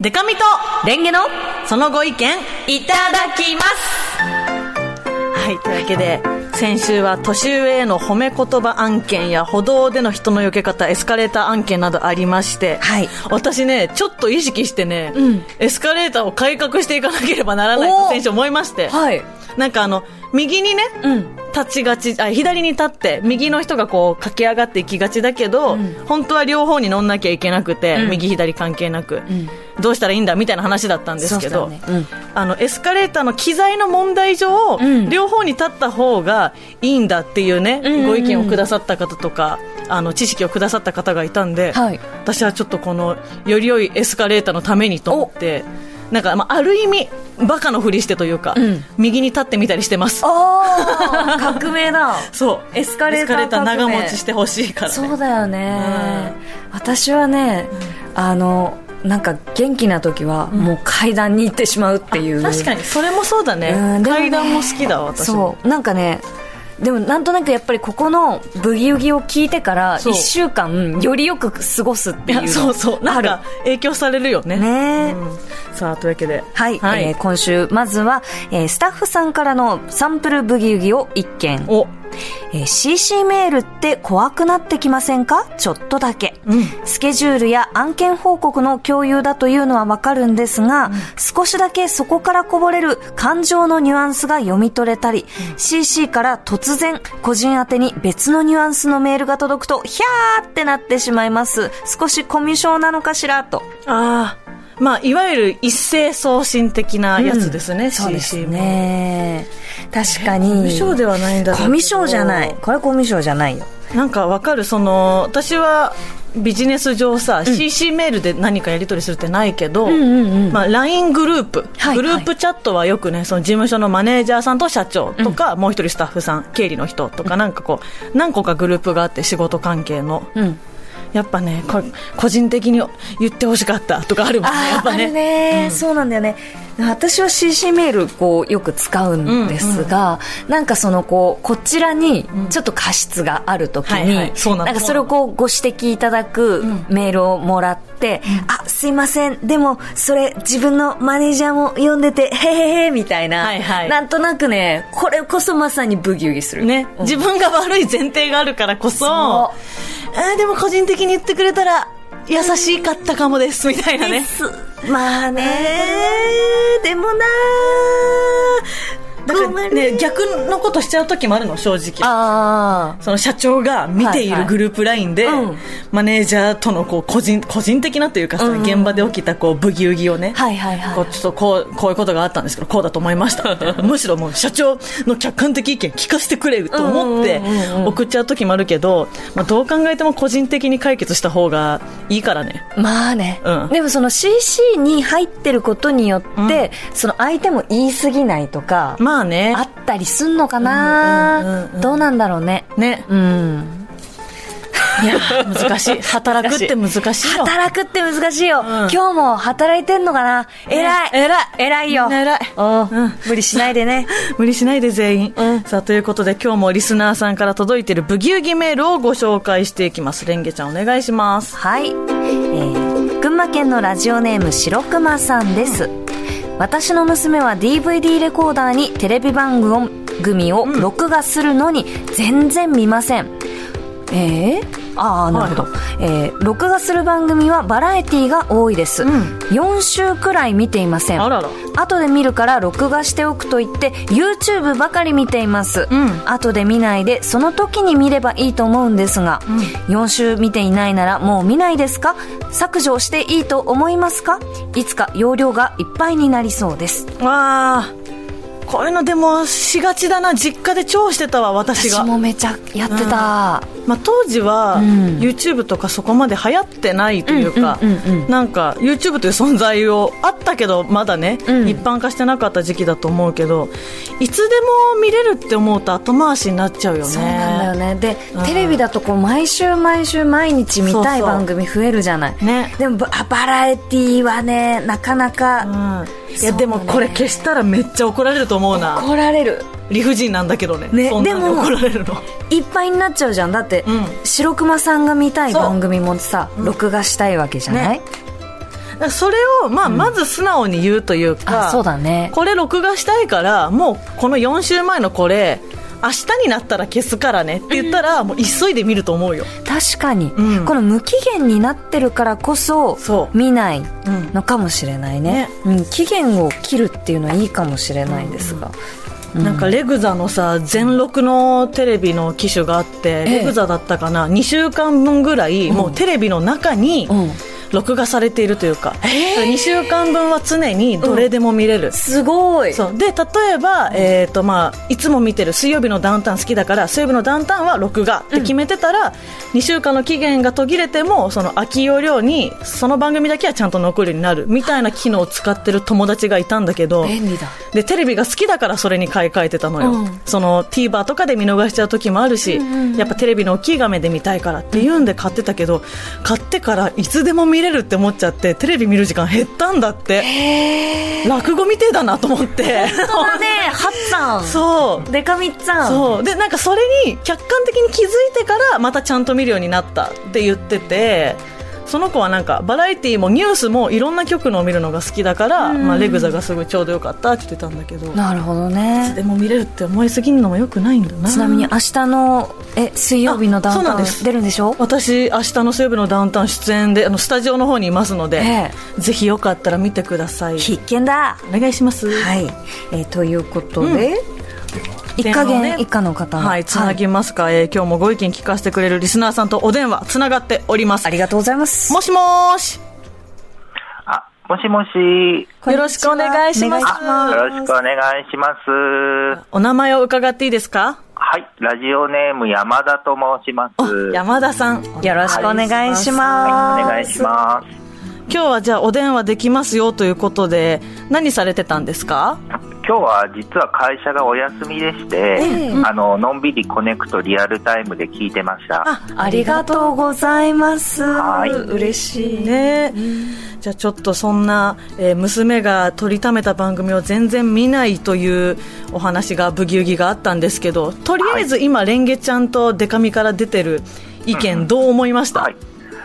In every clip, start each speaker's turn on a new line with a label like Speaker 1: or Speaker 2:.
Speaker 1: デカミとレンゲのそのご意見いただきますはい、というわけで、先週は年上への褒め言葉案件や歩道での人の避け方、エスカレーター案件などありまして、
Speaker 2: はい
Speaker 1: 私ね、ちょっと意識してね、
Speaker 2: うん
Speaker 1: エスカレーターを改革していかなければならないと
Speaker 2: おー
Speaker 1: 先週思いまして、
Speaker 2: はい。
Speaker 1: なんかあの、右にね、
Speaker 2: うん。
Speaker 1: 立ちがちあ左に立って右の人がこう駆け上がっていきがちだけど、
Speaker 2: うん
Speaker 1: 本当は両方に乗んなきゃいけなくて、
Speaker 2: うん
Speaker 1: 右左関係なく、
Speaker 2: ん
Speaker 1: どうしたらいいんだみたいな話だったんですけど、
Speaker 2: そうっすよね
Speaker 1: あのエスカレーターの機材の問題上、
Speaker 2: うん
Speaker 1: 両方に立った方がいいんだっていうね、
Speaker 2: うんうんうん
Speaker 1: ご意見をくださった方とかあの知識をくださった方がいたんで、
Speaker 2: はい
Speaker 1: 私はちょっとこのより良いエスカレーターのためにと思ってなんか、まあ、ある意味バカのふりしてというか、
Speaker 2: うん
Speaker 1: 右に立ってみたりしてます。
Speaker 2: ああ、 革命だ。
Speaker 1: そう
Speaker 2: エスカレーター
Speaker 1: エスカレ長
Speaker 2: 革命
Speaker 1: 持ちしてほしいから、ね、
Speaker 2: そうだよね。私はね、あの、なんか元気な時は、もう階段に行ってしまうっていう。
Speaker 1: 確かにそれもそうだね
Speaker 2: うんでもね
Speaker 1: 階段も好きだわ私も
Speaker 2: そうなんかねでもなんとなくやっぱりここのブギウギを聞いてから
Speaker 1: そう
Speaker 2: 1週間よりよく過ごすって
Speaker 1: い
Speaker 2: いう
Speaker 1: やそうそうなん
Speaker 2: あ
Speaker 1: か
Speaker 2: る
Speaker 1: 影響されるよね
Speaker 2: ねえ
Speaker 1: うんさあというわけでは
Speaker 2: はい、えー今週まずは、えースタッフさんからのサンプルブギウギを1件、
Speaker 1: お
Speaker 2: えー CC メールって怖くなってきませんかちょっとだけ、
Speaker 1: うん
Speaker 2: スケジュールや案件報告の共有だというのはわかるんですが、少しだけそこからこぼれる感情のニュアンスが読み取れたり、CC から突然個人宛てに別のニュアンスのメールが届くと、ひゃーってなってしまいます。少しコミュ障なのかしらと。
Speaker 1: ああまあいわゆる一斉送信的なやつですね、
Speaker 2: そうです
Speaker 1: も
Speaker 2: ね。確かに。
Speaker 1: コミュ障ではないんだろうけど
Speaker 2: コミュ障じゃない。これコミュ障じゃないよ。
Speaker 1: なんかわかるその私はビジネス上さ、CC メールで何かやり取りするってないけど、
Speaker 2: んうん
Speaker 1: まあ、LINE グループ、
Speaker 2: はい
Speaker 1: グループチャットはよくねその事務所のマネージャーさんと社長とか、もう一人スタッフさん経理の人とかなんかこう何個かグループがあって仕事関係の
Speaker 2: うん。
Speaker 1: やっぱねこ個人的に言ってほしかったとかあるもんねや
Speaker 2: あ
Speaker 1: っ
Speaker 2: ー
Speaker 1: ぱ
Speaker 2: ある
Speaker 1: ね
Speaker 2: ね、そうなんだよね私は CC メールこうよく使うんですが、なんかそのこうこちらにちょっと過失がある時
Speaker 1: はい
Speaker 2: に、
Speaker 1: はいそうなん
Speaker 2: なんかそれをこうご指摘いただくメールをもらって、あすいませんでもそれ自分のマネージャーも読んでてへへへみたいな、
Speaker 1: はいはい
Speaker 2: なんとなくねこれこそまさにブギウギする
Speaker 1: ね、
Speaker 2: うん
Speaker 1: 自分が悪い前提があるからこそあ
Speaker 2: そ
Speaker 1: ーでも個人的に言ってくれたら優しかったかもですみたいな
Speaker 2: で
Speaker 1: ね
Speaker 2: すまあねでもな
Speaker 1: だからね逆のことしちゃう時もあるの正直
Speaker 2: ああ
Speaker 1: その社長が見て
Speaker 2: はい
Speaker 1: いる
Speaker 2: はい
Speaker 1: グループラインで、
Speaker 2: うん
Speaker 1: マネージャーとのこう個人個人的なというかさ、
Speaker 2: うんうん
Speaker 1: 現場で起きたこうブギウギをね、
Speaker 2: はいはいはい
Speaker 1: こうちょっとこうこういうことがあったんですけどこうだと思いましたみた いなむしろもう社長の客観的意見聞かせてくれると思って
Speaker 2: うんうんうんうん
Speaker 1: 送っちゃう時もあるけど、まあ、どう考えても個人的に解決した方がいいからね
Speaker 2: まあね、
Speaker 1: うん
Speaker 2: でもその CC に入ってることによって、その相手も言い過ぎないとか、
Speaker 1: まあね
Speaker 2: あったりすんのかな、
Speaker 1: うんうんうんうん
Speaker 2: どうなんだろうね
Speaker 1: ね
Speaker 2: うん
Speaker 1: いや難しい働くって難しいよ
Speaker 2: 働くって難しいよ、
Speaker 1: ん
Speaker 2: 今日も働いてんのかな偉い、
Speaker 1: 偉い
Speaker 2: 偉い
Speaker 1: み
Speaker 2: よ
Speaker 1: んな偉い
Speaker 2: おう
Speaker 1: うん
Speaker 2: 無理しないでね
Speaker 1: 無理しないで全員、
Speaker 2: うん
Speaker 1: さあということで今日もリスナーさんから届いているブギウギメールをご紹介していきますレンゲちゃんお願いします
Speaker 2: はい、えー群馬県のラジオネーム白熊さんです、私の娘は DVD レコーダーにテレビ番組を録画するのに全然見ません、えー、ああなるほど、えー録画する番組はバラエティが多いです、
Speaker 1: うん
Speaker 2: 4週くらい見ていません
Speaker 1: あらら
Speaker 2: 後で見るから録画しておくと言って YouTube ばかり見ています、
Speaker 1: ん
Speaker 2: 後で見ないでその時に見ればいいと思うんですが、4週見ていないならもう見ないですか削除していいと思いますかいつか容量がいっぱいになりそうです
Speaker 1: わあこういうのでもしがちだな実家で超してたわ私が
Speaker 2: 私もめちゃやってた、
Speaker 1: まあ、当時は、
Speaker 2: うん
Speaker 1: YouTube とかそこまで流行ってないというか、
Speaker 2: うんうんうんうん
Speaker 1: なんか YouTube という存在をあったけどまだね、
Speaker 2: うん
Speaker 1: 一般化してなかった時期だと思うけどいつでも見れるって思うと後回しになっちゃうよね
Speaker 2: そうなんだよねで、
Speaker 1: うん
Speaker 2: テレビだとこう毎週毎週毎日見たい
Speaker 1: そうそう
Speaker 2: 番組増えるじゃない
Speaker 1: ね
Speaker 2: でもババラエティーはねなかなか
Speaker 1: うん、い
Speaker 2: そう
Speaker 1: や
Speaker 2: ね
Speaker 1: でもこれ消したらめっちゃ怒られると思うな
Speaker 2: 怒られる
Speaker 1: 理不尽なんだけどね
Speaker 2: ね
Speaker 1: そんなんで
Speaker 2: でも
Speaker 1: 怒られるの
Speaker 2: いっぱいになっちゃうじゃんだって、
Speaker 1: うん
Speaker 2: 白熊さんが見たい番組もさ録画したいわけじゃない、
Speaker 1: だからそれを、まあ、まず素直に言うというか、
Speaker 2: あそうだね
Speaker 1: これ録画したいからもうこの4週前のこれ明日になったら消すからねって言ったら、もう急いで見ると思うよ、
Speaker 2: 確かに、
Speaker 1: うん
Speaker 2: この無期限になってるからこそ
Speaker 1: そう
Speaker 2: 見ない
Speaker 1: うん
Speaker 2: のかもしれないね,、うん、期限を切るっていうのはいいかもしれないですが、
Speaker 1: なんかレグザのさ全録のテレビの機種があって、
Speaker 2: ええ
Speaker 1: レグザだったかな2週間分ぐらい、もうテレビの中に
Speaker 2: うん
Speaker 1: 録画されているというか、2週間分は常にどれでも見れる、
Speaker 2: すごい
Speaker 1: そうで例えば、えーとまあ、いつも見てる水曜日のダウンタウン好きだから水曜日のダウンタウンは録画って決めてたら、2週間の期限が途切れてもその空き容量にその番組だけはちゃんと残るようになるみたいな機能を使ってる友達がいたんだけど
Speaker 2: 便利だ
Speaker 1: でテレビが好きだからそれに買い替えてたのよ、
Speaker 2: うん
Speaker 1: その TVer とかで見逃しちゃう時もあるし、やっぱテレビの大きい画面で見たいからっていうんで買ってたけど買ってからいつでも見れるって思っちゃってテレビ見る時間減ったんだって落語みてえだなと思 って
Speaker 2: そうだねはっちゃん
Speaker 1: そう
Speaker 2: デカミッちゃん
Speaker 1: そうでなんかそれに客観的に気づいてからまたちゃんと見るようになったって言っててその子はなんかバラエティーもニュースもいろんな局のを見るのが好きだから、まあ、レグザがすごいちょうどよかったって言ってたんだけど
Speaker 2: なるほど
Speaker 1: で
Speaker 2: ね
Speaker 1: も見れるって思いすぎるのもよくないんだな
Speaker 2: ちなみに明日のえ水曜日のダウン
Speaker 1: あそう
Speaker 2: タ
Speaker 1: な
Speaker 2: ウ
Speaker 1: ん
Speaker 2: ン
Speaker 1: です
Speaker 2: 出るんでしょ
Speaker 1: 私明日の水曜日のダウンタウン出演であのスタジオの方にいますので、
Speaker 2: え
Speaker 1: ぜひよかったら見てください
Speaker 2: 必見だ
Speaker 1: お願いします
Speaker 2: はい、えーということで、一
Speaker 1: 電
Speaker 2: 加
Speaker 1: 話ね
Speaker 2: 減以下の方
Speaker 1: はいつなぎますか、えー今日もご意見聞かせてくれるリスナーさんとお電話つながっております
Speaker 2: ありがとうございます
Speaker 1: もしもーし
Speaker 3: あ、もしもし。よ
Speaker 2: こんにちは
Speaker 1: よろしくお願いします
Speaker 2: お願いしま
Speaker 3: ろしくお願いします。
Speaker 1: お名前を伺っていいですか
Speaker 3: はい、ラジオネーム山田と申します。はい、
Speaker 1: 山田さん
Speaker 2: すよろしくお願いします、
Speaker 3: お願いします。
Speaker 1: 今日はじゃあお電話できますよということで何されてたんですか
Speaker 3: 今日は実は会社がお休みでして、
Speaker 2: え
Speaker 3: あの、のんびりコネクトリアルタイムで聞いてました。
Speaker 2: ありがとうございます。
Speaker 3: はい
Speaker 2: 嬉しいね。
Speaker 1: ねじゃあちょっとそんな、えー娘が取りためた番組を全然見ないというお話がブギウギがあったんですけどとりあえず今レンゲちゃんとデカミから出てる意見どう思いました、
Speaker 3: はい。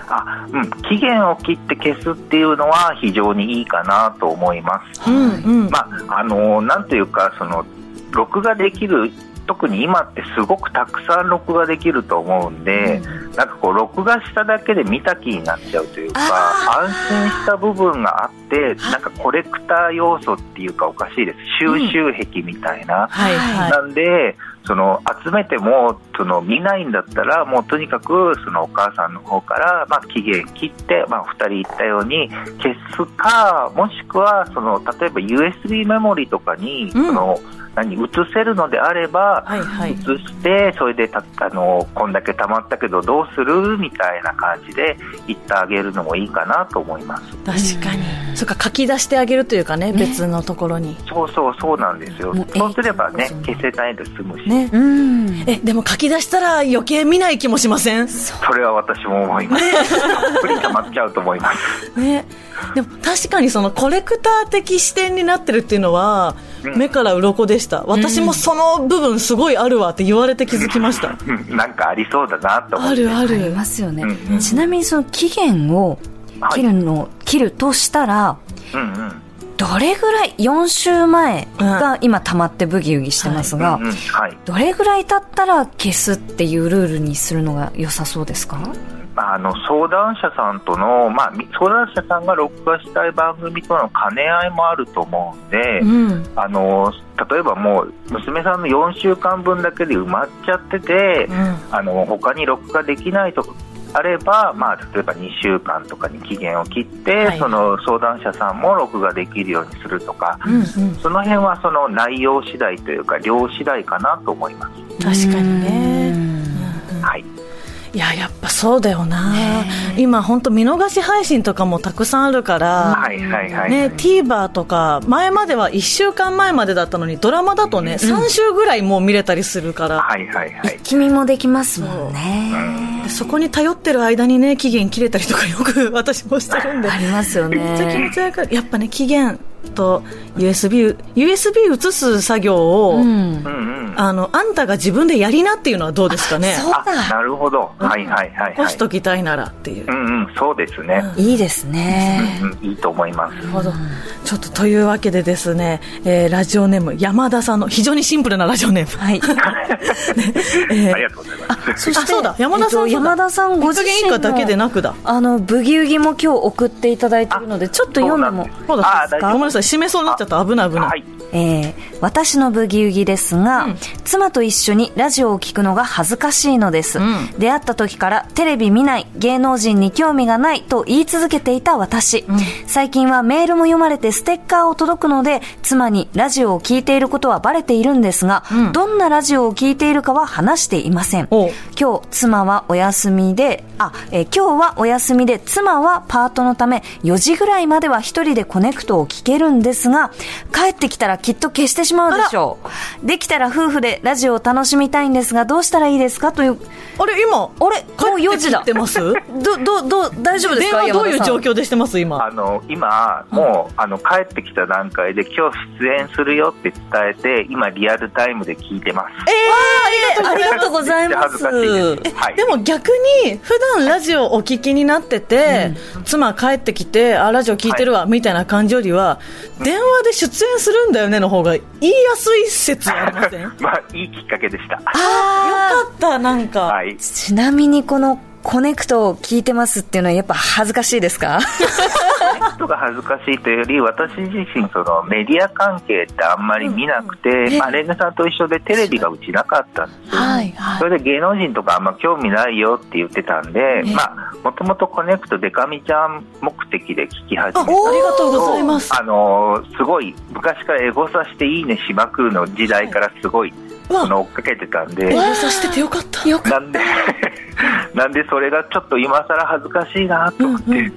Speaker 3: あ、うん、期限を切って消すっていうのは非常にいいかなと思います。
Speaker 1: うんうん
Speaker 3: まあ、あのなんというかその録画できる特に今ってすごくたくさん録画できると思うんで、なんかこう録画しただけで見た気になっちゃうというか安心した部分があってなんかコレクター要素っていうかおかしいです収集癖みたいな、
Speaker 1: はいはい
Speaker 3: なんでその集めてもその見ないんだったらもうとにかくそのお母さんの方から、まあ、期限切って、まあ、2人言ったように消すかもしくはその例えば USB メモリとかに、
Speaker 1: うん
Speaker 3: その何移せるのであれば、
Speaker 1: はいはい
Speaker 3: 移してそれでたあのこんだけ溜まったけどどうするみたいな感じで言ってあげるのもいいかなと思います。
Speaker 1: 確かにそっか書き出してあげるというかね別のところに
Speaker 3: そうそうそうなんですよ
Speaker 2: もう
Speaker 3: そうすればね
Speaker 2: えー
Speaker 3: 消せないで済むし、
Speaker 1: ね
Speaker 2: うん。
Speaker 1: えでも書き出したら余計見ない気もしません
Speaker 3: それは私も思い ます。たっぷり溜まっちゃうと思います。
Speaker 1: ね、でも確かにそのコレクター的視点になってるっていうのは
Speaker 3: うん
Speaker 1: 目から鱗でした、私もその部分すごいあるわって言われて気づきました、
Speaker 3: うんなんかありそうだなと思
Speaker 1: あ
Speaker 3: って。
Speaker 1: るあ
Speaker 2: あり
Speaker 1: る
Speaker 2: ますよね、
Speaker 3: うんうん
Speaker 2: ちなみにその期限を切るの、切るとしたら、
Speaker 3: うんうん。
Speaker 2: どれぐらい、4週前が今溜まってブギウギしてますが、
Speaker 3: うんうん、はい。
Speaker 2: どれぐらい経ったら消すっていうルールにするのが良さそうですか
Speaker 3: あの、相談者さんとの、まあ、み相談者さんが録画したい番組との兼ね合いもあると思うんで、
Speaker 1: うん
Speaker 3: あの、例えばもう、娘さんの4週間分だけで埋まっちゃってて、
Speaker 1: うん
Speaker 3: あの他に録画できないとかあれば、まあ、例えば2週間とかに期限を切って、
Speaker 1: はい
Speaker 3: その相談者さんも録画できるようにするとか、
Speaker 1: うんうん
Speaker 3: その辺はその内容次第というか量次第かなと思います。
Speaker 1: 確かにね
Speaker 2: うん
Speaker 3: はい、
Speaker 1: いややっぱそうだよな、
Speaker 2: ね
Speaker 1: 今本当見逃し配信とかもたくさんあるから、
Speaker 3: はいはいはい、
Speaker 1: ね、TVer とか前までは1週間前までだったのにドラマだとね、3週ぐらいもう見れたりするから、
Speaker 3: はいはいはい。
Speaker 2: 君もできますもんね。
Speaker 1: でそこに頼ってる間にね期限切れたり とかよく私もしてるんで
Speaker 2: ありますよ
Speaker 1: めっちゃ気持
Speaker 2: ね。
Speaker 1: ち悪いやっぱね期限と USB、USB 移す作業を、
Speaker 2: うん
Speaker 3: う。んうん。
Speaker 1: あの、あんたが自分でやりなっていうのはどうですかね。
Speaker 2: そう
Speaker 3: あ
Speaker 2: だ。
Speaker 3: なるほど。はいはいはい、
Speaker 1: 残
Speaker 3: は
Speaker 1: し
Speaker 3: い。
Speaker 1: ときたいならっていう
Speaker 3: う。んうん、そうですね。
Speaker 2: いいですね。
Speaker 3: うん、いいと思います。
Speaker 1: なるほどちょっとというわけでですね、えーラジオネーム山田さんの非常にシンプルなラジオネー ム、
Speaker 2: はい。
Speaker 1: えー
Speaker 3: ありがとうございま
Speaker 2: そ
Speaker 3: す。
Speaker 2: して
Speaker 1: あそうだ山田さん
Speaker 2: えっと山田さんご自
Speaker 1: 実
Speaker 2: 身
Speaker 1: 現以
Speaker 2: の
Speaker 1: 下だけでなくだ
Speaker 2: あのブギウギも今日送っていただいてるのでちょっと読んでも
Speaker 3: そうなんです
Speaker 1: そうだそうだ
Speaker 3: あー大丈
Speaker 1: ご
Speaker 3: 夫
Speaker 1: めんなさい締めそうになっちゃった危ない危ない、
Speaker 3: はい。
Speaker 2: えー私のブギウギですが、妻と一緒にラジオを聞くのが恥ずかしいのです、
Speaker 1: ん
Speaker 2: 出会った時からテレビ見ない芸能人に興味がないと言い続けていた私、最近はメールも読まれてステッカーを届くので妻にラジオを聞いていることはバレているんですが、どんなラジオを聞いているかは話していません
Speaker 1: おう
Speaker 2: 今日妻はお休みであ、えー今日はお休みで妻はパートのため4時ぐらいまでは一人でコネクトを聞けるんですが帰ってきたらきっと消してしまうでしょうできたら夫婦でラジオを楽しみたいんですがどうしたらいいですかという
Speaker 1: あれ今
Speaker 2: あれもう
Speaker 1: 帰
Speaker 2: 4
Speaker 1: って
Speaker 2: 時
Speaker 1: き
Speaker 2: だ
Speaker 1: てます
Speaker 2: どどど大丈夫です
Speaker 1: 電
Speaker 2: か
Speaker 1: 話どういう
Speaker 2: 山田さ
Speaker 1: 状
Speaker 2: ん
Speaker 1: 況でしてます今
Speaker 3: あの、今、もう、あの、帰ってきた段階で、今日出演するよって伝えて、今、リアルタイムで聞いてます。
Speaker 1: えー
Speaker 2: ありがとうございます
Speaker 3: めっちゃ恥ずかしいです。は
Speaker 1: え
Speaker 3: い
Speaker 1: で。も逆に普段ラジオお聞きになってて、妻帰ってきてあラジオ聞いてるわ、みたいな感じよりは電話で出演するんだよねの方が言いやすい説ありませんよか
Speaker 3: まあ、いいきっかけでした。
Speaker 1: ったなんか、
Speaker 3: はい。
Speaker 2: ちなみにこのコネクトを聞いてますっていうのはやっぱ恥ずかしいですか
Speaker 3: 人が恥ずかしいというより、私自身、そのメディア関係ってあんまり見なくて、
Speaker 2: え
Speaker 3: まあ、レンゲさんと一緒でテレビがうちなかったんですよ。
Speaker 2: はいは
Speaker 3: それで芸能人とかあんま興味ないよって言ってたんで、
Speaker 2: え
Speaker 3: まあ、もともとコネクトデカミちゃん目的で聞き始
Speaker 1: あ
Speaker 3: め
Speaker 1: あ
Speaker 3: た
Speaker 1: りがとうございます
Speaker 3: あのーすごい昔からエゴサしていいねしまくるの時代からすごい、
Speaker 1: わ
Speaker 3: あの追っかけてたんで
Speaker 1: エ、ゴサしててよかったよ
Speaker 3: なんで なんでそれがちょっと今更恥ずかしいなと思って、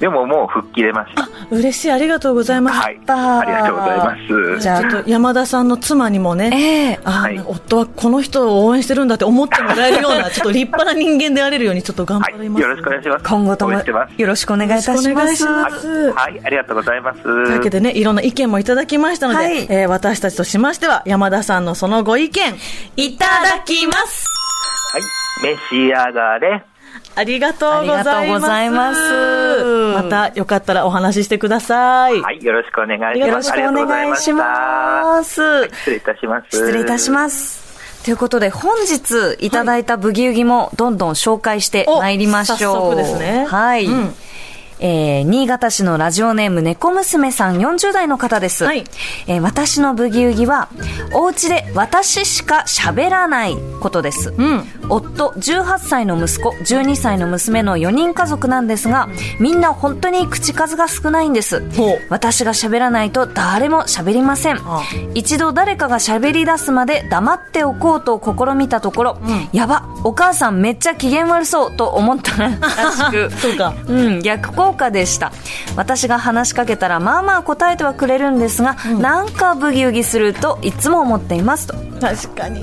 Speaker 3: でももう吹っ切れました
Speaker 1: 嬉しいありがとうございます、
Speaker 3: はい
Speaker 2: た
Speaker 3: ありがとうございます
Speaker 2: じゃあ
Speaker 1: ちょっと山田さんの妻にもね、
Speaker 2: ええ
Speaker 1: あ
Speaker 3: はい
Speaker 1: 夫はこの人を応援してるんだって思ってもらえるよう なちょっと立派な人間であれるようにちょっと頑張
Speaker 3: はい
Speaker 1: ります、
Speaker 3: よろしくお願いします
Speaker 2: 今後と
Speaker 3: 応
Speaker 2: も
Speaker 3: 援してます
Speaker 2: よろしくお願いいたします
Speaker 1: よろしくお願いします
Speaker 3: はい、ありがとうございます
Speaker 1: というわけでねいろんな意見もいただきましたので、
Speaker 2: はい
Speaker 1: えー私たちとしましては山田さんのそのご意見いただきます
Speaker 3: はい召し上がれ
Speaker 1: ありがとうご
Speaker 2: あ
Speaker 1: ざ
Speaker 2: りがとうご
Speaker 1: います
Speaker 2: ざいます
Speaker 1: またよかったらお話ししてください、
Speaker 3: はいよろしくお願いします
Speaker 2: よろしくお願いします。
Speaker 3: 失礼いたします
Speaker 2: 失礼いたします。ということで、本日いただいたブギウギもどんどん紹介してまいりましょう。
Speaker 1: お早速ですね
Speaker 2: はい。
Speaker 1: うん
Speaker 2: えー新潟市のラジオネーム猫娘さん40代の方です、
Speaker 1: はい
Speaker 2: えー私のブギウギはお家で私しか喋らないことです、
Speaker 1: ん
Speaker 2: 夫18歳の息子12歳の娘の4人家族なんですがみんな本当に口数が少ないんです
Speaker 1: ほう
Speaker 2: 私が喋らないと誰も喋りません
Speaker 1: あ
Speaker 2: 一度誰かが喋り出すまで黙っておこうと試みたところ、やばお母さんめっちゃ機嫌悪そうと思った ららしく
Speaker 1: そうか
Speaker 2: うん、逆効果でした私が話しかけたらまあまあ答えてはくれるんですが、なんかブギウギするといつも思っていますと、
Speaker 1: 確かに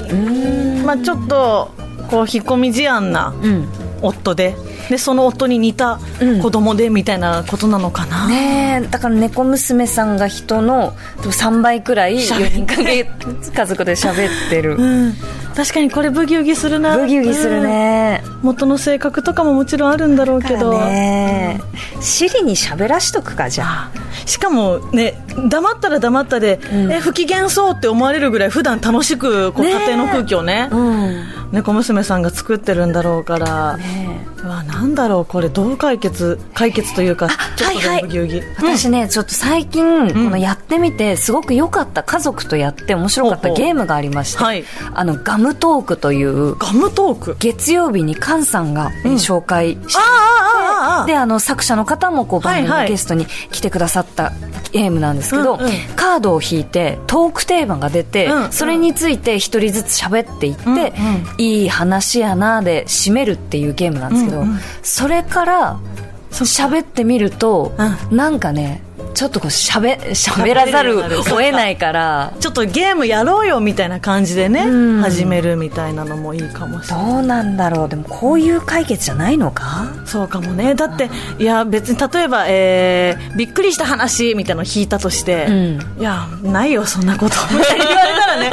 Speaker 1: まあちょっとこう引っ込み思案な
Speaker 2: うん、
Speaker 1: 夫ででその夫に似た子供でみたいなことなのかな、
Speaker 2: ねえだから猫娘さんが人の3倍くらい4人かけ家族で喋ってる
Speaker 1: うん確かにこれブギウギするな
Speaker 2: ブギウギするね、
Speaker 1: うん元の性格とかももちろんあるんだろうけど、
Speaker 2: ねシリに喋らしとくかじゃあ
Speaker 1: しかもね黙ったら黙ったで、え不機嫌そうって思われるぐらい普段楽しくこう
Speaker 2: ねえ
Speaker 1: 家庭の空気をね
Speaker 2: うん
Speaker 1: 猫娘さんが作ってるんだろうから、
Speaker 2: ねえ
Speaker 1: うわなんだろうこれどう解決解決というかちょっと
Speaker 2: はいは
Speaker 1: で
Speaker 2: い
Speaker 1: もブギウギ、
Speaker 2: 私ね、ちょっと最近、このやってみてすごく良かった家族とやって面白かった
Speaker 1: ほうほう
Speaker 2: ゲームがありまして、
Speaker 1: はい
Speaker 2: あのガムトークという
Speaker 1: ガムトーク
Speaker 2: 月曜日に菅さんが、えー紹介して
Speaker 1: ああああああ
Speaker 2: であの作者の方もこう番組
Speaker 1: はい
Speaker 2: の
Speaker 1: はい
Speaker 2: ゲストに来てくださったゲームなんですけど、
Speaker 1: うんうん
Speaker 2: カードを引いてトークテーマが出て、
Speaker 1: うんうん
Speaker 2: それについて一人ずつ喋っていって、
Speaker 1: んうん
Speaker 2: いい話やなで締めるっていうゲームなんですけど、
Speaker 1: うんうん
Speaker 2: それから喋ってみると、
Speaker 1: う
Speaker 2: なんかねちょっとこうしゃべらざるを得ないから
Speaker 1: ちょっとゲームやろうよみたいな感じでね、
Speaker 2: うん
Speaker 1: 始めるみたいなのもいいかもし れ
Speaker 2: ど
Speaker 1: ないう
Speaker 2: なんだろうでもこういう解決じゃないのか
Speaker 1: そうかもねだっていや別に例えば、えーびっくりした話みたいなのを聞いたとして、
Speaker 2: うん
Speaker 1: いやないよそんなこと みたいに言われたら ね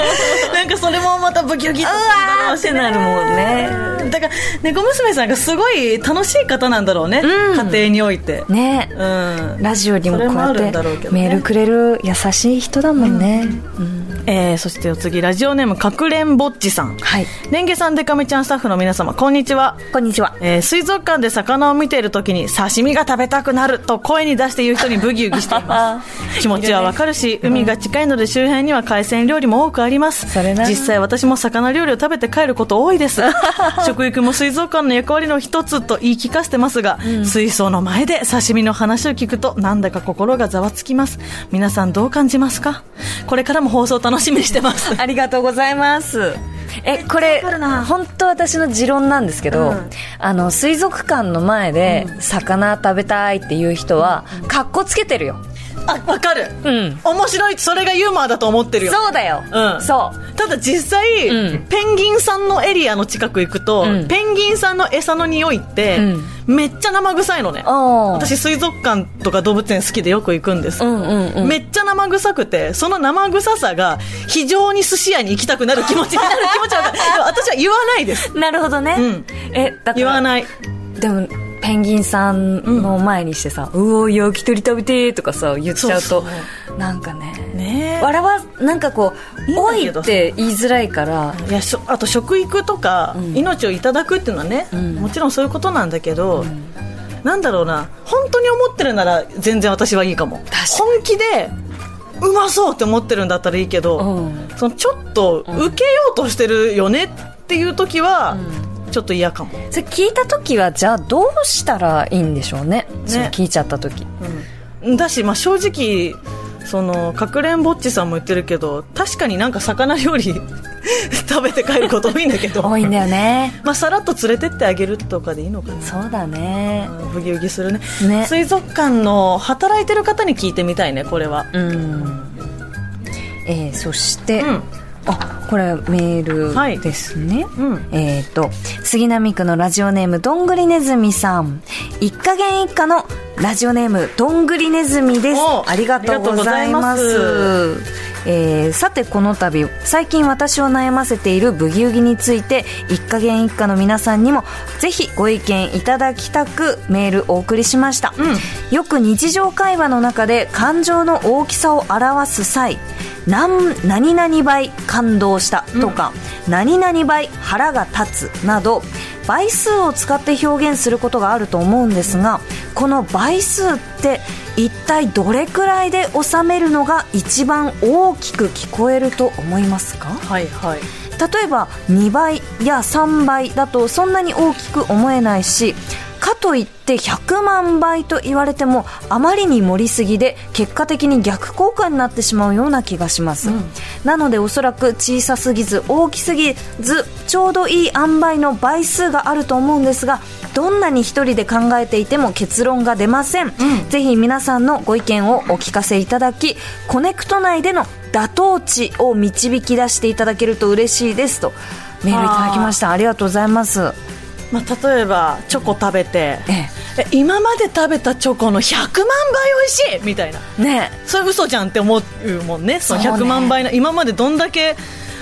Speaker 1: なんかそれもまたブキブキっと
Speaker 2: うわーってなるもんね
Speaker 1: だから猫娘さんがすごい楽しい方なんだろうね、家庭において、
Speaker 2: ね
Speaker 1: うん
Speaker 2: ラジオにもこうやっ
Speaker 1: それもある
Speaker 2: て
Speaker 1: んだろうけどね
Speaker 2: メールくれる優しい人だもんね、うん
Speaker 1: えーそしてお次ラジオネームかくれんぼっちさん
Speaker 2: はい
Speaker 1: レンゲさんデカミちゃんスタッフの皆様こんにちは
Speaker 2: こんにちは
Speaker 1: えー水族館で魚を見ているときに刺身が食べたくなると声に出して言う人にブギウギしています 気持ちはわかるし海が近いので周辺には海鮮料理も多くあります
Speaker 2: それな
Speaker 1: 実際私も魚料理を食べて帰ること多い です食育も水族館の役割の一つと言い聞かせてますが、水槽の前で刺身の話を聞くとなんだか心がざわつきます皆さんどう感じますかこれからも放送楽しみにしてます
Speaker 2: ありがとうございます。え、これ、本当私の持論なんですけど、あの、水族館の前で、魚食べたいっていう人は、かっこつけてるよ。
Speaker 1: あわかる
Speaker 2: うん。
Speaker 1: 面白いそれがユーモアだと思ってるよ
Speaker 2: そうだよ。
Speaker 1: うん
Speaker 2: そう。
Speaker 1: ただ実際、
Speaker 2: うん
Speaker 1: ペンギンさんのエリアの近く行くと、
Speaker 2: うん
Speaker 1: ペンギンさんの餌の匂いって、めっちゃ生臭いのね
Speaker 2: おー
Speaker 1: 私水族館とか動物園好きでよく行くんですけ
Speaker 2: う
Speaker 1: ど、
Speaker 2: んうんうん。
Speaker 1: めっちゃ生臭くてその生臭さが非常に寿司屋に行きたくなる気持ちになる気持ちはわかるでも私は言わないです
Speaker 2: なるほどね。
Speaker 1: うん
Speaker 2: え、だから、
Speaker 1: 言わない
Speaker 2: でも、ペンギンさんの前にしてさ、うおー焼き鳥食べてーとかさ、言っちゃうと、
Speaker 1: そう
Speaker 2: なんかね、
Speaker 1: ね
Speaker 2: わらわ、なんかこう、
Speaker 1: い
Speaker 2: おい
Speaker 1: いんだけど
Speaker 2: って言いづらいから、
Speaker 1: いやしょあと食育とか、命をいただくっていうのはね、
Speaker 2: ん
Speaker 1: もちろんそういうことなんだけど、なんだろうな本当に思ってるなら全然私はいいかも本気でうまそうって思ってるんだったらいいけど、
Speaker 2: うん
Speaker 1: そのちょっと受けようとしてるよねっていう時は、ちょっと嫌かも、
Speaker 2: それ聞いた時はじゃあどうしたらいいんでしょうねそれ聞いちゃった 時
Speaker 1: だし、まあ、正直そのかくれんぼっちさんも言ってるけど確かになんか魚料理 食べて帰ること多いんだけど
Speaker 2: 多いんだよね
Speaker 1: まあ、さらっと連れてってあげるとかでいいのかな
Speaker 2: そうだね
Speaker 1: ブギウギするね
Speaker 2: ね
Speaker 1: 水族館の働いてる方に聞いてみたいねこれは
Speaker 2: うんえー、そして、
Speaker 1: うん
Speaker 2: あこれメールですね、
Speaker 1: うん
Speaker 2: えっ、と杉並区のラジオネームどんぐりねずみさん一家元一家のラジオネームどんぐりねずみです
Speaker 1: お
Speaker 2: ありがとうございます
Speaker 1: ありがとうご
Speaker 2: えーさてこの度最近私を悩ませているブギウギについて一家元一家の皆さんにもぜひご意見いただきたくメールお送りしました、よく日常会話の中で感情の大きさを表す際なん何々倍感動したとか、何々倍腹が立つなど倍数を使って表現することがあると思うんですがこの倍数って一体どれくらいで収めるのが一番大きく聞こえると思いますか
Speaker 1: はいはい
Speaker 2: 例えば2倍や3倍だとそんなに大きく思えないしかといって100万倍と言われてもあまりに盛りすぎで結果的に逆効果になってしまうような気がします、なのでおそらく小さすぎず大きすぎずちょうどいい塩梅の倍数があると思うんですがどんなに一人で考えていても結論が出ません、ぜひ皆さんのご意見をお聞かせいただきコネクト内での妥当値を導き出していただけると嬉しいですとメールいただきましたありがとうございます
Speaker 1: まあ、例えばチョコ食べて
Speaker 2: ええ
Speaker 1: え今まで食べたチョコの100万倍美味しいみたいな
Speaker 2: ね
Speaker 1: それ嘘じゃんって思うもんねその
Speaker 2: そうね
Speaker 1: 100万倍の、今までどんだけ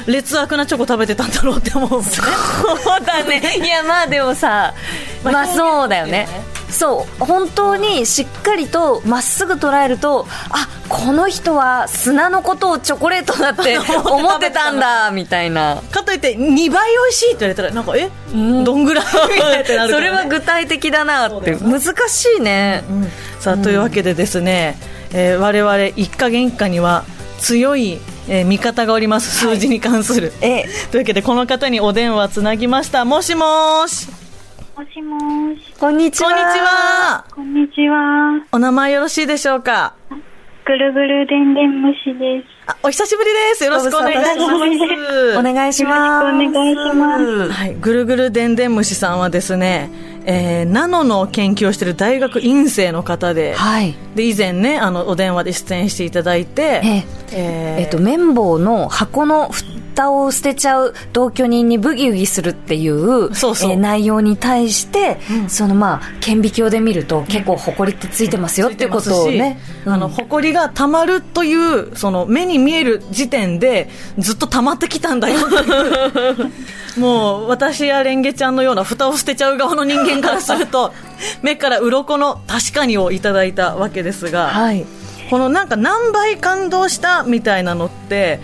Speaker 1: 劣悪なチョコ食べてたんだろうって思うもんね
Speaker 2: そうだねいやまあでもさ
Speaker 1: まあ
Speaker 2: まあそうだよね
Speaker 1: 表現で
Speaker 2: そう本当にしっかりとまっすぐ捉えるとあこの人は砂のことをチョコレートだって 思ってたんだみたいな
Speaker 1: かといって2倍美味しいって言われたらなんかえ、どんぐら いってなるから、ね、
Speaker 2: それは具体的だなって難しいね、
Speaker 1: さあというわけでですね、えー我々一家元一家には強い、えー味方がおります数字に関する、
Speaker 2: ええ
Speaker 1: というわけでこの方にお電話つなぎましたもしもーし
Speaker 4: もしもし、
Speaker 2: こんにち
Speaker 1: こ
Speaker 2: は
Speaker 1: んにちは
Speaker 4: こんにちは。
Speaker 1: お名前よろしいでしょうか
Speaker 4: ぐるぐるでんでん虫です。
Speaker 1: あお久しぶりですよろしくお願い
Speaker 4: ご無沙汰
Speaker 1: し
Speaker 2: お
Speaker 1: ます
Speaker 2: 願いします
Speaker 4: よろしくお願いします
Speaker 1: はい、ぐるぐるでんでん虫さんはですね、えーナノの研究をしている大学院生の方で,、
Speaker 2: はい
Speaker 1: で以前ねあのお電話で出演していただいて、
Speaker 2: ええ
Speaker 1: えー
Speaker 2: えっと、綿棒の箱の蓋を捨てちゃう同居人にブギウギするっていう
Speaker 1: そうそう
Speaker 2: えー内容に対して、そのまあ顕微鏡で見ると結構埃ってついてますよっていうことをね
Speaker 1: ついてますし、
Speaker 2: うん
Speaker 1: あの埃がたまるというその目に見える時点でずっとたまってきたんだよってい うもう私やレンゲちゃんのような蓋を捨てちゃう側の人間からす ると目から鱗の「確かに」をいただいたわけですが、
Speaker 2: はい
Speaker 1: このなんか何倍感動したみたいなのって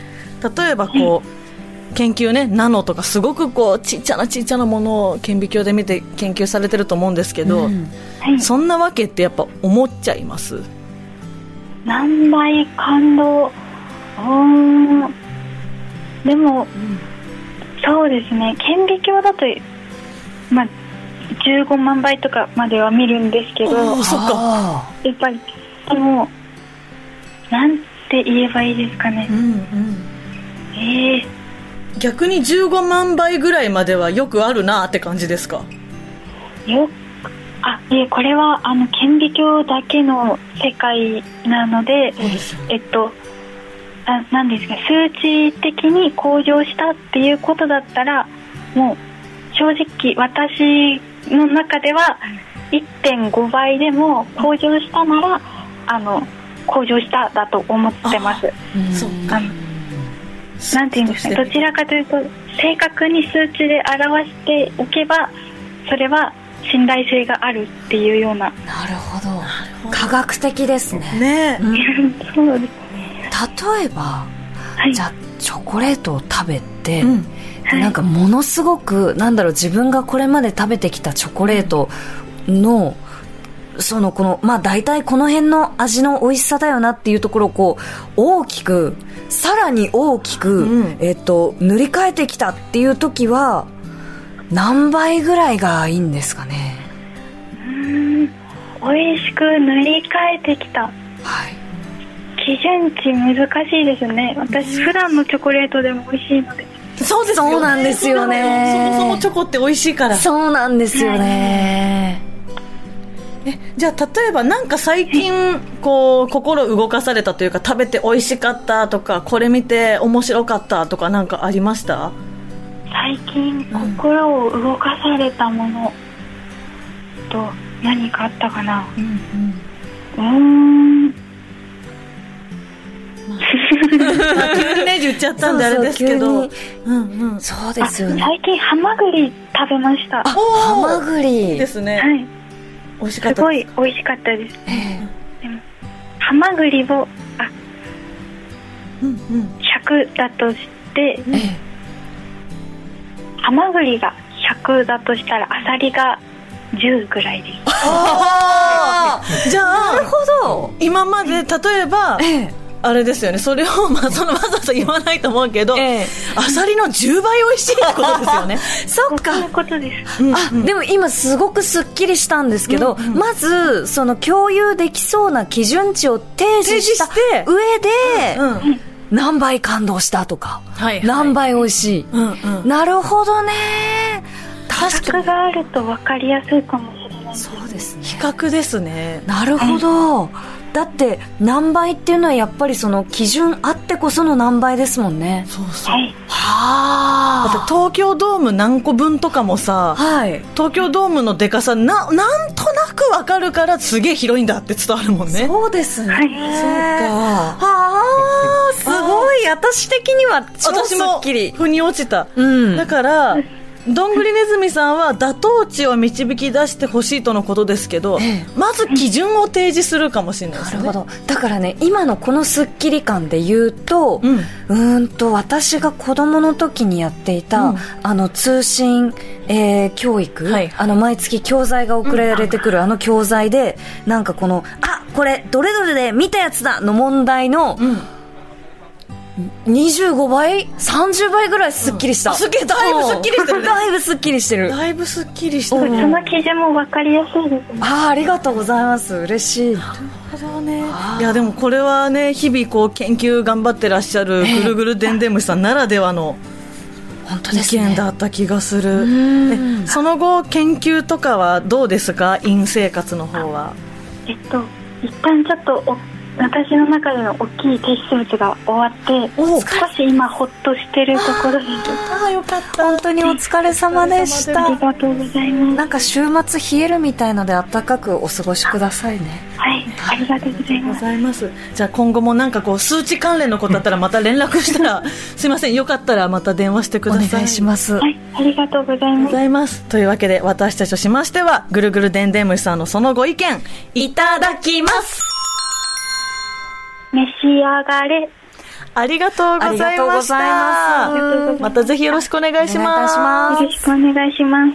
Speaker 1: 例えばこう研究ねナノとかすごくこうちっちゃなちっちゃなものを顕微鏡で見て研究されてると思うんですけど、
Speaker 2: うん
Speaker 4: はい。
Speaker 1: そんなわけってやっぱ思っちゃいます
Speaker 4: 何倍感動うーんでも、そうですね顕微鏡だとまあ15万倍とかまでは見るんですけど
Speaker 1: おーそっか
Speaker 2: あ
Speaker 4: やっぱりでもなんて言えばいいですかね、ええ
Speaker 1: 逆に15万倍ぐらいまではよくあるなって感じですか
Speaker 4: よあいえこれはあの顕微鏡だけの世界なのでえっとあなんですか数値的に向上したっていうことだったらもう正直私の中では1.5倍でも向上したならあの向上しただと思ってます
Speaker 2: ーうん
Speaker 1: そっ
Speaker 4: あのなんて言うんですかねどちらかというと正確に数値で表しておけばそれは信頼性があるっていうような
Speaker 2: なるほど科学的ですね
Speaker 1: ねえ
Speaker 2: うん例
Speaker 4: そうです
Speaker 2: えば
Speaker 4: はい
Speaker 2: じゃあチョコレートを食べて、
Speaker 1: うん
Speaker 4: はい
Speaker 2: なんかものすごくなんだろう自分がこれまで食べてきたチョコレートの、そのこのまあ大体この辺の味の美味しさだよなっていうところをこう大きくさらに大きく、
Speaker 1: うん
Speaker 2: えっと塗り替えてきたっていう時は何倍ぐらいがいいんですかね
Speaker 4: 美味しく塗り替えてきた
Speaker 2: はい
Speaker 4: 基準値難しいですね私普段のチョコレートでも美味しいので
Speaker 1: そうですよね
Speaker 2: そうなんですよね
Speaker 1: そうなのよそもそもチョコって美味しいから
Speaker 2: そうなんですよね、
Speaker 1: えじゃあ例えばなんか最近こう心動かされたというか食べて美味しかったとかこれ見て面白かったとかなんかありました
Speaker 4: 最近心を動かされたものと何かあったかなうーん
Speaker 1: 急にね言っちゃったんであれですけ
Speaker 2: そ
Speaker 1: ど
Speaker 2: うそう
Speaker 1: うんうん
Speaker 2: そう
Speaker 4: あ
Speaker 2: ですよね
Speaker 4: 最近ハマグリ食べましたは
Speaker 2: ハ
Speaker 1: お
Speaker 2: マ
Speaker 1: ー
Speaker 2: グリ
Speaker 1: ですね
Speaker 4: い
Speaker 1: 美味しか
Speaker 4: す
Speaker 1: った
Speaker 4: ごい美味しかったです
Speaker 2: ええ
Speaker 4: ハマグリをあ
Speaker 1: うんうん
Speaker 4: 100だとして
Speaker 2: ええ
Speaker 4: ハマグリが100だとしたらアサリが10ぐらいです
Speaker 2: あ
Speaker 1: じゃ
Speaker 2: あなる
Speaker 1: あ
Speaker 2: ほど
Speaker 1: 今まで例えば
Speaker 2: ええ
Speaker 1: あれですよねそれをまあそのわざと言わないと思うけど、
Speaker 2: ええ
Speaker 1: アサリの10倍美味しいってことですよね
Speaker 2: そっ
Speaker 4: そうい
Speaker 2: か
Speaker 4: うことです
Speaker 2: あでも今すごくすっきりしたんですけど、まずその共有できそうな基準値を提示した
Speaker 1: 提示して
Speaker 2: 上で、
Speaker 1: うんうん
Speaker 2: 何倍感動したとか、
Speaker 1: はいはい
Speaker 2: 何倍美味しい、
Speaker 1: うんうん
Speaker 2: なるほどね確か
Speaker 4: 100
Speaker 2: に
Speaker 4: があると分かりやすいかもしれない
Speaker 2: そうですね
Speaker 1: 比較ですね
Speaker 2: なるほど、だって何倍っていうのはやっぱりその基準あってこその何倍ですもんね
Speaker 1: そうそう
Speaker 4: はい
Speaker 1: だって
Speaker 2: は
Speaker 1: 東京ドーム何個分とかもさ
Speaker 2: はい
Speaker 1: 東京ドームのでかさななんとなくわかるからすげえ広いんだって伝わるもんね
Speaker 2: そうですね、
Speaker 4: はい
Speaker 1: か
Speaker 2: はあすごい私的には超
Speaker 1: 私
Speaker 2: す
Speaker 1: も
Speaker 2: っきり
Speaker 1: 腑に落ちた、
Speaker 2: うん
Speaker 1: だからどんぐりねずみさんは妥当値を導き出してほしいとのことですけど、
Speaker 2: ええ
Speaker 1: まず基準を提示するかもしれないで
Speaker 2: な
Speaker 1: す
Speaker 2: る
Speaker 1: ね
Speaker 2: ほどだからね今のこのスッキリ感で言うと、
Speaker 1: うん
Speaker 2: ーんと私が子供の時にやっていた、
Speaker 1: うん
Speaker 2: あの通信、えー教育、
Speaker 1: はい
Speaker 2: あの毎月教材が送られてくる、あの教材でなんかこのあこれどれどれで見たやつだの問題の
Speaker 1: うん
Speaker 2: 25倍30倍ぐらいスッキリした、
Speaker 1: うんあすっきりだいぶスッキリしてるね
Speaker 2: うんだいぶスッキリしてるう
Speaker 1: だいぶすっきりした
Speaker 2: ん
Speaker 1: ね
Speaker 4: その基準も分かりやすいですね
Speaker 2: あーありがとうございます嬉しい
Speaker 1: なるほどねいやでもこれはね日々こう研究頑張ってらっしゃるぐるぐるでんでんむしさんならではの
Speaker 2: 本当で
Speaker 1: 意
Speaker 2: すね
Speaker 1: 見だった気がする、
Speaker 2: ん
Speaker 1: えその後研究とかはどうですか院生活の方は
Speaker 4: えっと一旦ちょっとお私の中での大きい提出物が終わって
Speaker 1: おう
Speaker 4: 少し今ほっとしてるところです
Speaker 1: ああよかった
Speaker 2: 本当にお疲れ様でし
Speaker 4: あり
Speaker 2: た
Speaker 4: がとうございます
Speaker 2: なんか週末冷えるみたいので暖かくお過ごしくださいね
Speaker 4: はいありがとうござい
Speaker 1: ご
Speaker 4: ます
Speaker 1: ざいますじゃあ今後もなんかこう数値関連のことだったらまた連絡した らすいませんよかったらまた電話してく
Speaker 2: お
Speaker 1: ださ
Speaker 2: 願
Speaker 1: い
Speaker 2: いします
Speaker 4: はいありがとうござい
Speaker 1: ありがとうご
Speaker 4: ます
Speaker 1: ざいますというわけで私たちとしましてはぐるぐるでんでん虫さんのそのご意見いただきます
Speaker 4: 召し上がれ
Speaker 1: ありがとうござ
Speaker 2: ありが
Speaker 1: いました
Speaker 2: とうございます
Speaker 1: またぜひよろしくお願いします
Speaker 2: お願い
Speaker 4: よろしくお願いします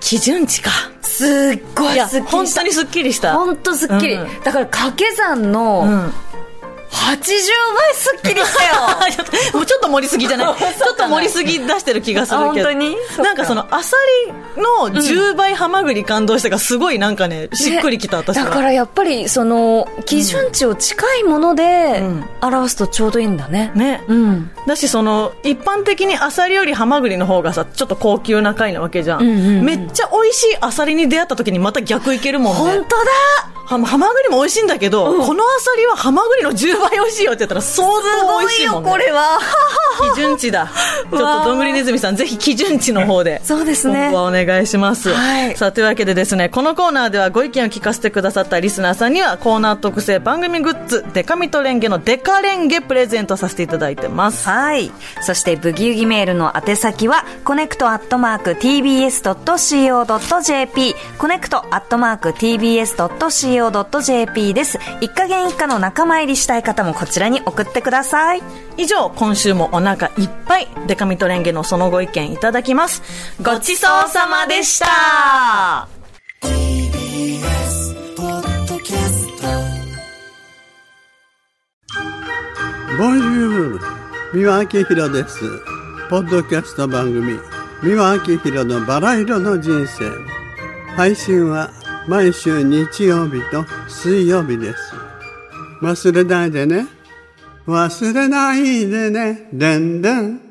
Speaker 1: 基準値か
Speaker 2: すっご
Speaker 1: い
Speaker 2: い
Speaker 1: や
Speaker 2: すっき
Speaker 1: 本
Speaker 2: りした
Speaker 1: 当にすっきりした
Speaker 2: 本当すっきり、
Speaker 1: うん
Speaker 2: だから掛け算の
Speaker 1: う
Speaker 2: 80
Speaker 1: ん
Speaker 2: 倍すっきりしたよ
Speaker 1: あ ちょっともうちょっと盛りすぎじゃないちょっと盛りすぎ出してる気がするけど
Speaker 2: あ本当にそっか
Speaker 1: なんかそのアサリの10倍ハマグリ感動したがすごいなんかねしっくりきた私は
Speaker 2: だからやっぱりその基準値を近いもので
Speaker 1: うん
Speaker 2: 表すとちょうどいいんだね、
Speaker 1: ね
Speaker 2: うん
Speaker 1: だしその一般的にアサリよりハマグリの方がさちょっと高級な貝なわけじゃん,、
Speaker 2: うんうんうん
Speaker 1: めっちゃ美味しいアサリに出会った時にまた逆いけるもん
Speaker 2: 本
Speaker 1: ね
Speaker 2: 当だ
Speaker 1: ハマハマグリも美味しいんだけど、このアサリはハマグリの10倍美味しいよって言ったら相当美味しいもん、ね、
Speaker 2: は
Speaker 1: 基準値 だちょっとどんぐりネズミさんぜひ基準値の方で
Speaker 2: そうですね
Speaker 1: 今後はお願いします、
Speaker 2: はい
Speaker 1: さあというわけでですねこのコーナーではご意見を聞かせてくださったリスナーさんにはコーナー特製番組グッズデカミトレンゲのデカレンゲプレゼントさせていただいてます
Speaker 2: はい。そして、ブギウギメールの宛先は、コネクトアットマーク tbs.co.jp、コネクトアットマーク tbs.co.jp です。一家元以下の仲間入りしたい方もこちらに送ってください。
Speaker 1: 以上今週もお腹いっぱいデカミトレンゲのそのご意見いただきますごちそうさまでした
Speaker 5: ボンジュール三輪明宏ですポッドキャスト番組三輪明宏のバラ色の人生配信は毎週日曜日と水曜日です忘れないでね忘れないでねでんでん